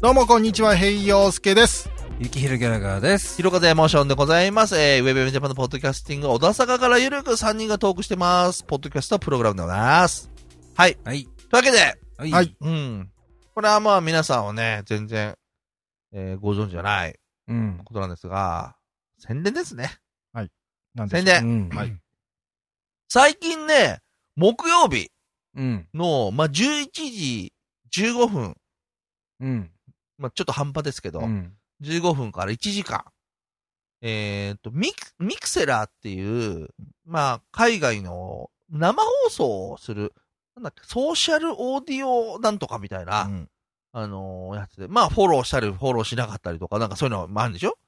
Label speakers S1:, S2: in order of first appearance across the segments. S1: どうもこんにちは、平洋介です。
S2: ゆきひろギャラガーです。
S3: 広風エモーションでございます。えー、ウェブエムジャパンのポッドキャスティング、小田坂からゆるく3人がトークしてます。ポッドキャストはプログラムでございます。はい。とい
S2: はい。
S3: うわけで、
S2: は
S1: はい。
S3: うん。これはまあ皆さんはね、全然、えーご存知じゃない
S2: うん。
S3: ことなんですが、宣伝ですね。
S1: なんで
S3: 宣
S1: しょ
S3: 伝。
S2: ん
S1: はい
S3: 最近ね、木曜日
S2: うん。
S3: の、まあ、11時15分、
S2: うん。
S3: まあ、ちょっと半端ですけど、
S2: うん。
S3: 15分から1時間。えっ、と、ミク、ミクセラーっていう、まあ、海外の生放送をする、なんだっけ、ソーシャルオーディオなんとかみたいな、
S1: う。うん
S3: あのーやつで、まあ、フォローしたり、フォローしなかったりとか、なんかそういうのもあるんでしょ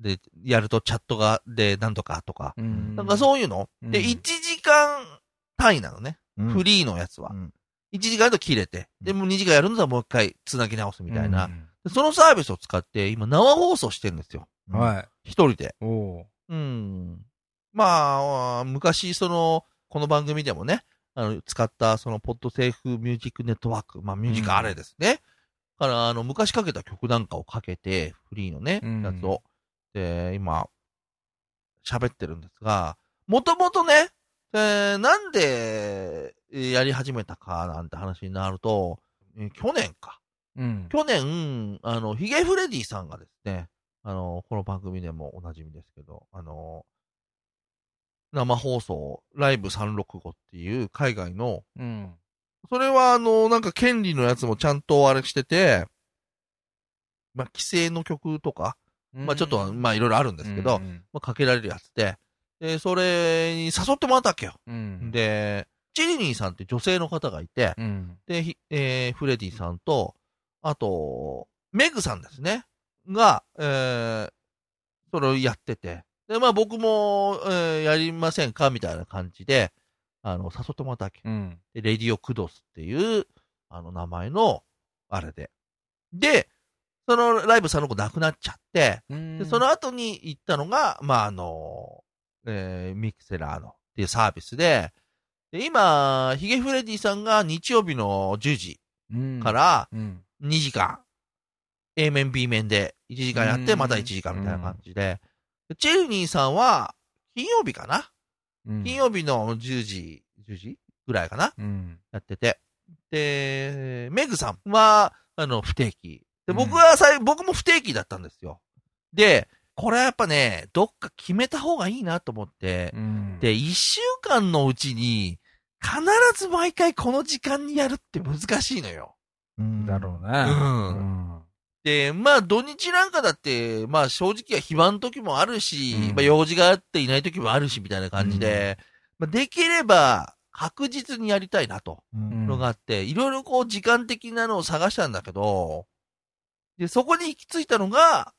S3: で、やるとチャットが、で、なんとかとか。
S2: うん
S3: なんかそういうの、で、
S2: うん
S3: 1時間単位なのね。
S1: うん
S3: フリーのやつは。
S1: うん
S3: 1時間やると切れて、で、もう2時間やるんだったらもう一回繋ぎ直すみたいな。
S2: うん。
S3: でそのサービスを使って、今生放送してるんですよ。
S2: はい。
S3: 一人で。
S2: おお。
S3: うん。まあ、昔、その、この番組でもね、あの、使った、その、ポッドセーフミュージックネットワーク、まあ、ミュージックあれですね。から、あの、昔かけた曲なんかをかけて、フリーのね、
S2: うん
S3: やつを。で、今、喋ってるんですが、もともとね、えーなんで、えーやり始めたかなんて話になると、えー去年か。
S2: うん。
S3: 去年、あの、ヒゲフレディさんがですね、あの、この番組でもおなじみですけど、あの、生放送、ライブ365っていう海外の、
S2: うん。
S3: それはあの、なんか権利のやつもちゃんとあれしてて、まあ、規制の曲とか、まあ、ちょっと、まあ、いろいろあるんですけど、
S2: うん、
S3: まあ、かけられるやつで、で、それに誘ってもらったわけよ。
S2: うん。
S3: で、チリニーさんって女性の方がいて、
S2: うん、
S3: で、ひえーフレディさんと、あと、メグさんですね。が、えーそれをやってて。で、まあ僕も、えーやりませんかみたいな感じで、あの、誘ってもらったわけ。
S2: うん。
S3: でレディオクドスっていう、あの、名前の、あれで。で、そのライブさんの子亡くなっちゃって、
S2: うん。
S3: で、その後に行ったのが、まあ、あの、えーミクセラーのっていうサービスで、で、今、ヒゲフレディさんが日曜日の10時
S2: うん、
S3: から
S2: うん、
S3: 2時間、A 面 B 面で1時間やって、
S2: うん
S3: また1時間みたいな感じで、でチェルニーさんは、金曜日かな
S2: うん、
S3: 金曜日の10時、10時ぐらいかな
S2: うん。
S3: やってて。で、メグさんは、あの、不定期。で、
S2: うん
S3: 僕は最、僕も不定期だったんですよ。で、これはやっぱね、どっか決めた方がいいなと思って
S2: う、ん、
S3: で、一週間のうちに、必ず毎回この時間にやるって難しいのよ。
S1: うん
S2: だろう
S3: う。
S2: ね。うんん。
S3: で、まあ、土日なんかだって、まあ、正直は暇の時もあるし、
S2: うん
S3: まあ、用事があっていない時もあるし、みたいな感じで、まあ、できれば、確実にやりたいなと。
S1: うん
S3: のがあって、いろいろこう時間的なのを探したんだけど、で、そこに行き着いたのが、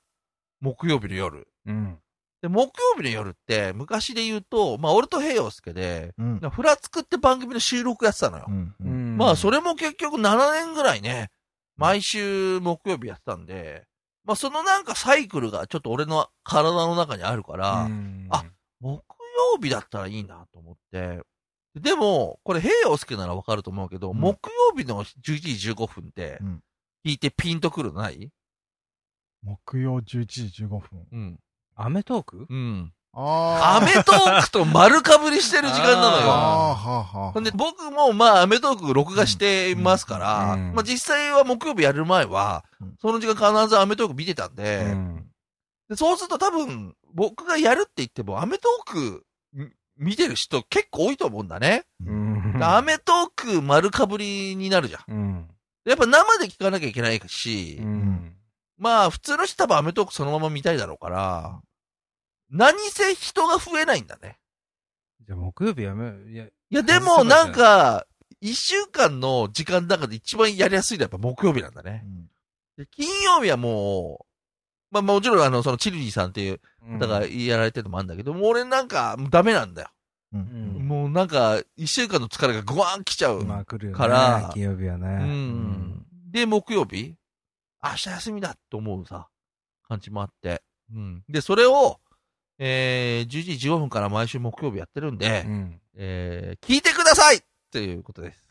S3: 木曜日の夜。
S2: うん。
S3: で、木曜日の夜って、昔で言うと、まあ、俺と平洋介で、
S1: うん
S3: フラつくって番組の収録やってたのよ。
S1: うん
S2: う
S1: うん
S2: ん。
S3: まあ、それも結局7年ぐらいね、毎週木曜日やってたんで、まあ、そのなんかサイクルがちょっと俺の体の中にあるから、
S2: うん、
S3: あ木曜日だったらいいなと思って。でも、これ、平洋介ならわかると思うけど、
S1: うん
S3: 木曜日の11時15分って
S1: うん、
S3: 聞いてピンとくるのない
S1: 木曜11時15分。
S3: うん。
S2: アメトーク
S3: うん。ア
S1: あ
S3: メトークと丸かぶりしてる時間なの
S1: あ
S3: よ。
S1: はあはあ。
S3: ほんで、僕もまあ、アメトーク録画してますから、
S2: うんうん
S3: まあ実際は木曜日やる前は
S1: うん、
S3: その時間必ずアメトーク見てたん
S2: う
S3: で、
S2: ん。
S3: でそうすると多分、僕がやるって言っても、アメトークん見てる人結構多いと思うんだね。
S2: うん。
S3: アメトーク丸かぶりになるじゃん。
S2: うん。
S3: やっぱ生で聞かなきゃいけないし、
S2: うん。
S3: まあ普通の人多分アメトークそのまま見たいだろうから、何せ人が増えないんだね。
S2: じゃあ、木曜日やめ、いや、
S3: いやでもなんか、一週間の時間の中で一番やりやすいのはやっぱ木曜日なんだね。で金曜日はもう、まあもちろんあの、そのチルリーさんっていう方がやられてるのもあるんだけど、もう俺なんかもうダメなんだよ。
S1: うんん。
S3: もうなんか、一週間の疲れがグワーン来ちゃう。
S2: まあ来るよね。
S3: から
S2: 金曜日はね。
S3: うん。で、木曜日明日休みだと思うさ、感じもあって。うん。で、それを、えー、10時15分から毎週木曜日やってるんで、
S2: うん。
S3: えー、聞いてくださいっていうことです。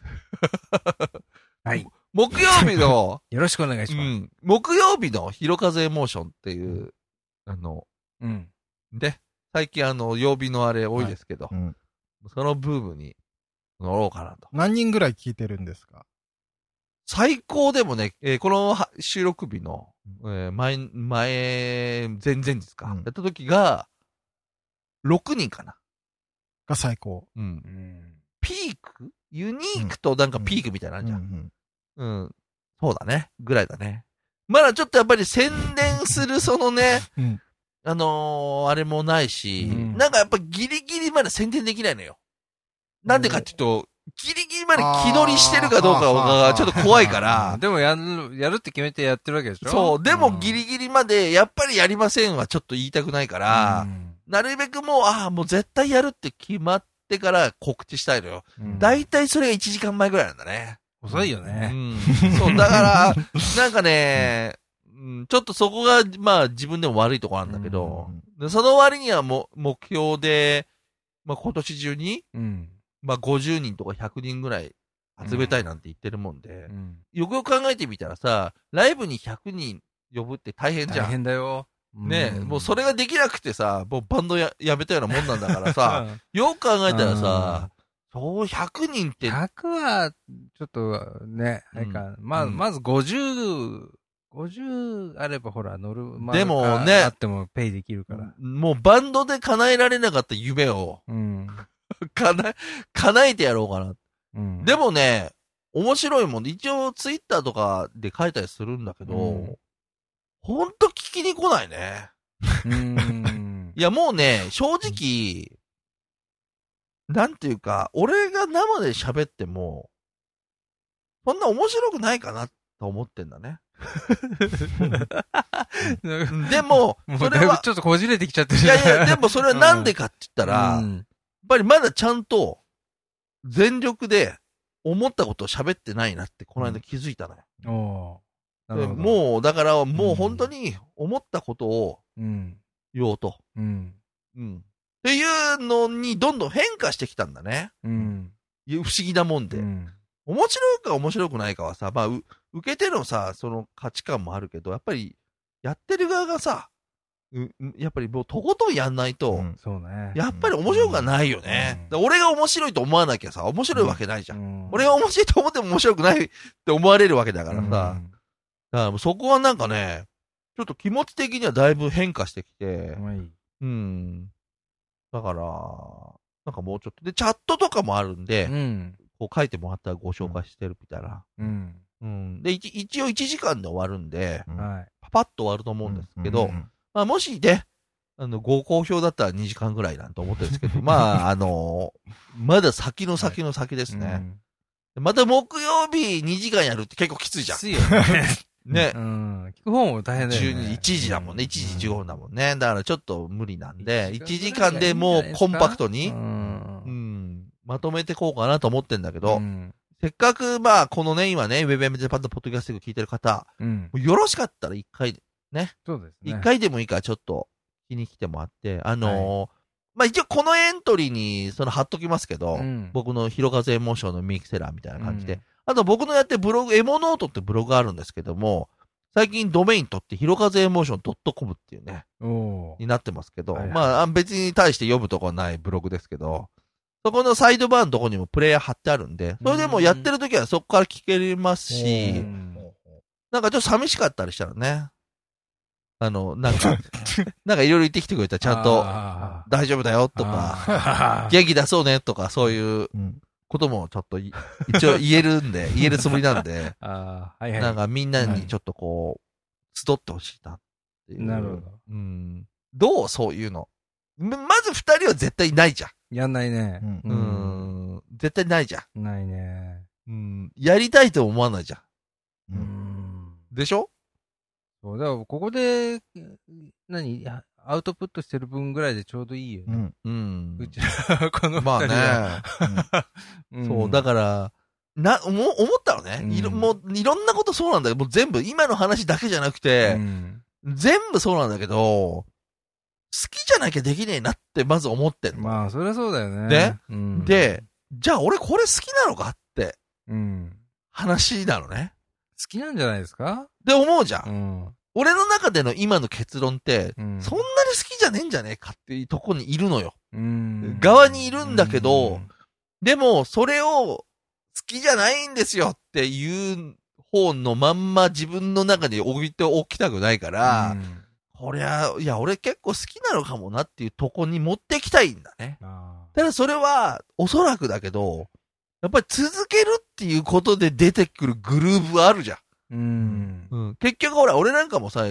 S2: はい。
S3: 木曜日の、
S2: よろしくお願いし
S3: う
S2: ます。
S3: ん、木曜日のひろかぜエモーションっていう、あの、
S2: うん。
S3: ね、最近あの、曜日のあれ多いですけど、
S1: うん
S3: そのブームに乗ろうかなと。
S1: 何人ぐらい聞いてるんですか
S3: 最高でもね、えーこのは収録日の、えー前、前、前々日か、
S1: うん
S3: やった時が、6人かな。
S1: が最高。
S3: うん
S2: う。ん。
S3: ピークユニークとなんかピークみたいなのあんじゃん。
S1: うん
S3: うん、そうだね。ぐらいだね。まだちょっとやっぱり宣伝するそのね、
S1: うん
S3: あのー、あれもないし、
S2: うん
S3: なんかやっぱギリギリまで宣伝できないのよ。なんでかっていうと、ギリギリまで気乗りしてるかどうかがちょっと怖いか
S1: あ
S3: ら、
S2: でもやる、やるって決めてやってるわけでしょ
S3: そう、でもギリギリまでやっぱりやりませんはちょっと言いたくないから、なるべくもう、ああ、もう絶対やるって決まってから告知したいのよ。だい
S2: 大、
S3: たいそれが1時間前ぐらいなんだね。
S2: 遅いよね。
S3: うんそう、だ から、なんかね、うんちょっとそこが、まあ自分でも悪いところなんだけど、でその割にはもう目標で、まあ今年中に、
S2: うん。
S3: まあ50人とか100人ぐらい集めたいなんて言ってるもんで、よくよく考えてみたらさ、ライブに100人呼ぶって大変じ
S2: 大
S3: ゃん。
S2: 変だよ。
S3: ねえ、もうそれができなくてさ、もうバンドややめたようなもんなんだからさ、
S2: さ、
S3: よく考えたらさ、そう100人って、
S2: 100は、ちょっとね、
S3: うん
S2: あれか、ま、
S3: うん
S2: まず50、50あればほら乗る、ま
S3: でもね
S2: あってもペイできるから。
S3: もうバンドで叶えられなかった夢を、
S2: うん。
S3: 叶え、叶えてやろうかな。
S2: うん
S3: でもね、面白いもんで、一応ツイッターとかで書いたりするんだけど、
S2: うん
S3: ほんと聞きに来ないね。
S2: うん
S3: いやもうね、正直、なんていうか、俺が生で喋っても、そんな面白くないかなと思ってんだね。でも
S2: 、も
S3: そうれ
S2: だいぶ
S3: は、
S2: ちょっとこじれてきちゃってる
S3: い
S2: じゃん
S3: やい や、でもそれはなんでかって言ったら、や
S2: う
S3: っ
S2: ん
S3: ぱりまだちゃんと、全力で思ったことを喋ってないなって、この間気づいたのよ。
S2: おーな
S3: で
S2: るほど
S3: もう、だから、もう本当に思ったことを
S2: うん。
S3: 言おうと。
S2: うん。
S3: うん。っていうのに、どんどん変化してきたんだね。
S2: うん。
S3: いや不思議なもんで。
S2: うん
S3: 面白いか面白くないかはさ、まあ、う受け手のさ、その価値観もあるけど、やっぱり、やってる側がさ、ううやっぱりもうとことんやんないと、
S1: うん
S2: そうね。
S3: やっぱり面白くはないよね。
S2: う
S3: だ
S2: ん
S3: から俺が面白いと思わなきゃさ、面白いわけないじゃん。
S2: うん
S3: 俺が面白いと思っても面白くないって思われるわけだからさ、
S2: うん
S3: だからもうそこはなんかね、ちょっと気持ち的にはだいぶ変化してきて、
S2: はい
S3: うん。だから、なんかもうちょっと。で、チャットとかもあるんで、
S2: うん。
S3: こう書いてもらったらご紹介してるみたいな。
S2: うん。
S3: うん。で、一一応1時間で終わるんで、
S2: はい。
S3: パパッと終わると思うんですけど、
S1: うん
S3: まあもしね、あの、ご好評だったら2時間ぐらいなんて思ってるんですけど、 まあ、あのまだ先の先の先ですね。また木曜日2時間やるって結構きつい
S2: き
S3: じゃん。
S2: ついよね。
S3: ね。
S2: うん。聞く方も大変だよね。
S3: 12時、1時だもんね。1時15分だもんね。だからちょっと無理なんで、1
S2: 一
S3: 時
S2: 時
S3: 間
S2: 間ぐらい
S3: でもうコンパクト
S2: う。
S3: に、うんん、まとめてこうかなと思ってんだけ
S2: う
S3: ど、
S2: ん
S3: せっかくまあ、このね、今ね、WebM ジャパンとポッドキャスティング聞いてる方、
S2: うん。
S3: よろしかったら一回、
S2: そうですね。
S3: 一回でもいいからちょっと聞きに来てもらって、あのーまあ一応このエントリーに、その貼っときますけど、
S2: うん、
S3: 僕の広風エモーションのミキセラーみたいな感じで、
S2: うん
S3: あと僕のやってるブログ、エモノートってブログがあるんですけども、最近ドメイン取って、ひろかぜエモーション .com っていうね、
S2: おー
S3: になってますけど、
S2: はいはい
S3: まああ別に対して読むとこはないブログですけど、そこのサイドバーのとこにもプレイヤー貼ってあるんで、それでもやってる時はそこから聞けますし、
S2: うん
S3: なんかちょっと寂しかったりしたらね、あの、なんか、 なんかいろいろ言ってきてくれたらちゃんと、
S2: あ
S3: 大丈夫だよ
S2: ー
S3: とか、
S2: あー
S3: 元気出そうねとか、そういう
S1: うん
S3: こともちょっとい一応言えるんで、 言えるつもりなんで、
S2: あー、はいはい。
S3: なんかみんなにちょっとこう、集ってほしいなっていう。
S2: なるほど。
S3: うん。どうそういうの。ままず二人は絶対ないじゃ
S2: やんないね。
S1: うん
S3: ん。うん。絶対ないじゃん。
S2: ないね。
S3: うん。やりたいと思わないじゃん。
S1: うん
S2: ん。
S3: でしょ
S2: そう、だからここで、何、アウトプットしてる分ぐらいでちょうどいいよ
S1: う
S2: ね。
S1: ん
S3: うん
S2: うちら、この
S3: ま
S2: 二人は。
S3: あね。
S2: ん
S3: そう、だから、な、もう、思ったのね。いろ、
S2: うん
S3: もう、いろんなことそうなんだけど、もう全部、今の話だけじゃなくて
S2: う、ん
S3: 全部そうなんだけど、好きじゃなきゃできねえなって、まず思ってんの。
S2: まあ、そりゃそうだよね。
S3: で
S2: うん、
S3: で、じゃあ俺これ好きなのかって
S2: うん。
S3: 話なのね。
S2: きなんじゃないですか
S3: で思うじゃん。
S2: うん。
S3: 俺の中での今の結論って、
S2: うん
S3: そんなに好きじゃねえんじゃねえかっていうとこにいるのよ。
S2: うん
S3: 側にいるんだけどでも、それを好きじゃないんですよっていう方のまんま自分の中に置いておきたくないから、
S2: うん
S3: こりゃ、いや、俺結構好きなのかもなっていうとこに持ってきたいんだね。
S2: あ
S3: ただそれは、おそらくだけど、やっぱり続けるっていうことで出てくるグルーブあるじゃん。
S2: ーうん。
S3: うん、結局ほら、俺なんかもさ、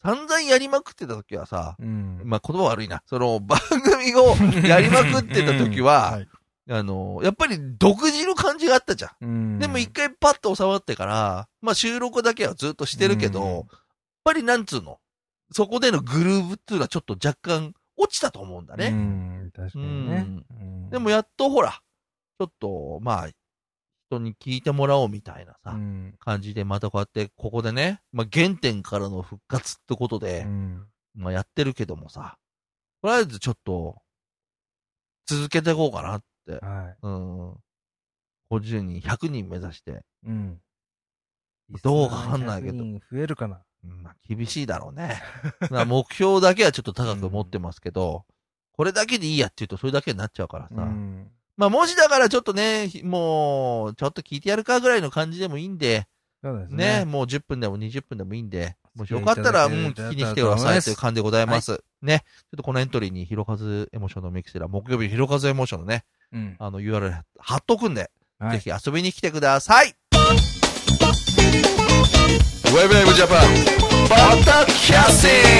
S3: 散々やりまくってた時はさ、
S2: うん。
S3: まあ、言葉悪いな。その、番組をやりまくってた時は、
S1: はい
S3: あの、やっぱり独自の感じがあったじゃん。
S2: うん
S3: でも一回パッと収まってから、まあ収録だけはずっとしてるけど、
S2: うん
S3: やっぱりなんつうの、そこでのグルーブっていうのはちょっと若干落ちたと思うんだ
S2: う
S3: ね。
S2: ん。確かにね。うん
S3: でも、やっとほら、ちょっと、まあ、人に聞いてもらおうみたいなさ、
S2: うん。
S3: 感じでまたこうやって、ここでね、まあ原点からの復活ってこと
S2: う
S3: で、
S2: ん
S3: まあやってるけどもさ、とりあえずちょっと、続けていこうかな。
S2: は
S3: うん。50人、100人目指して、
S2: い。うん。
S3: どうかわかんないけど
S2: 100人増えるかな。
S3: まあ、厳しいだろうね。まあ目標だけはちょっと高く持ってますけど、これだけでいいやって言うとそれだけになっちゃうからさ。
S2: うん。
S3: まあもしだからちょっとね、ひもう、ちょっと聞いてやるかぐらいの感じでもいいんで、
S2: そうです
S3: ね、
S2: ね。
S3: もう10分でも20分でもいいんで、もし
S2: 付き
S3: よ
S2: 合い
S3: かったら、
S2: い
S3: う
S2: ただけ
S3: ん、
S2: る
S3: 聞きに来てくだ
S2: と思い
S3: さい
S2: ま
S3: と
S2: す
S3: いう感じでございます。ね。ちょっとこのエントリーに、ひろかずエモーションのミクセラ、木曜日ひろかずエモーションのね、
S2: うん。
S3: あの URL 貼っとくんで、
S2: はい
S3: ぜひ遊びに来てください。ウェブウェブジャパン、バタキャッシー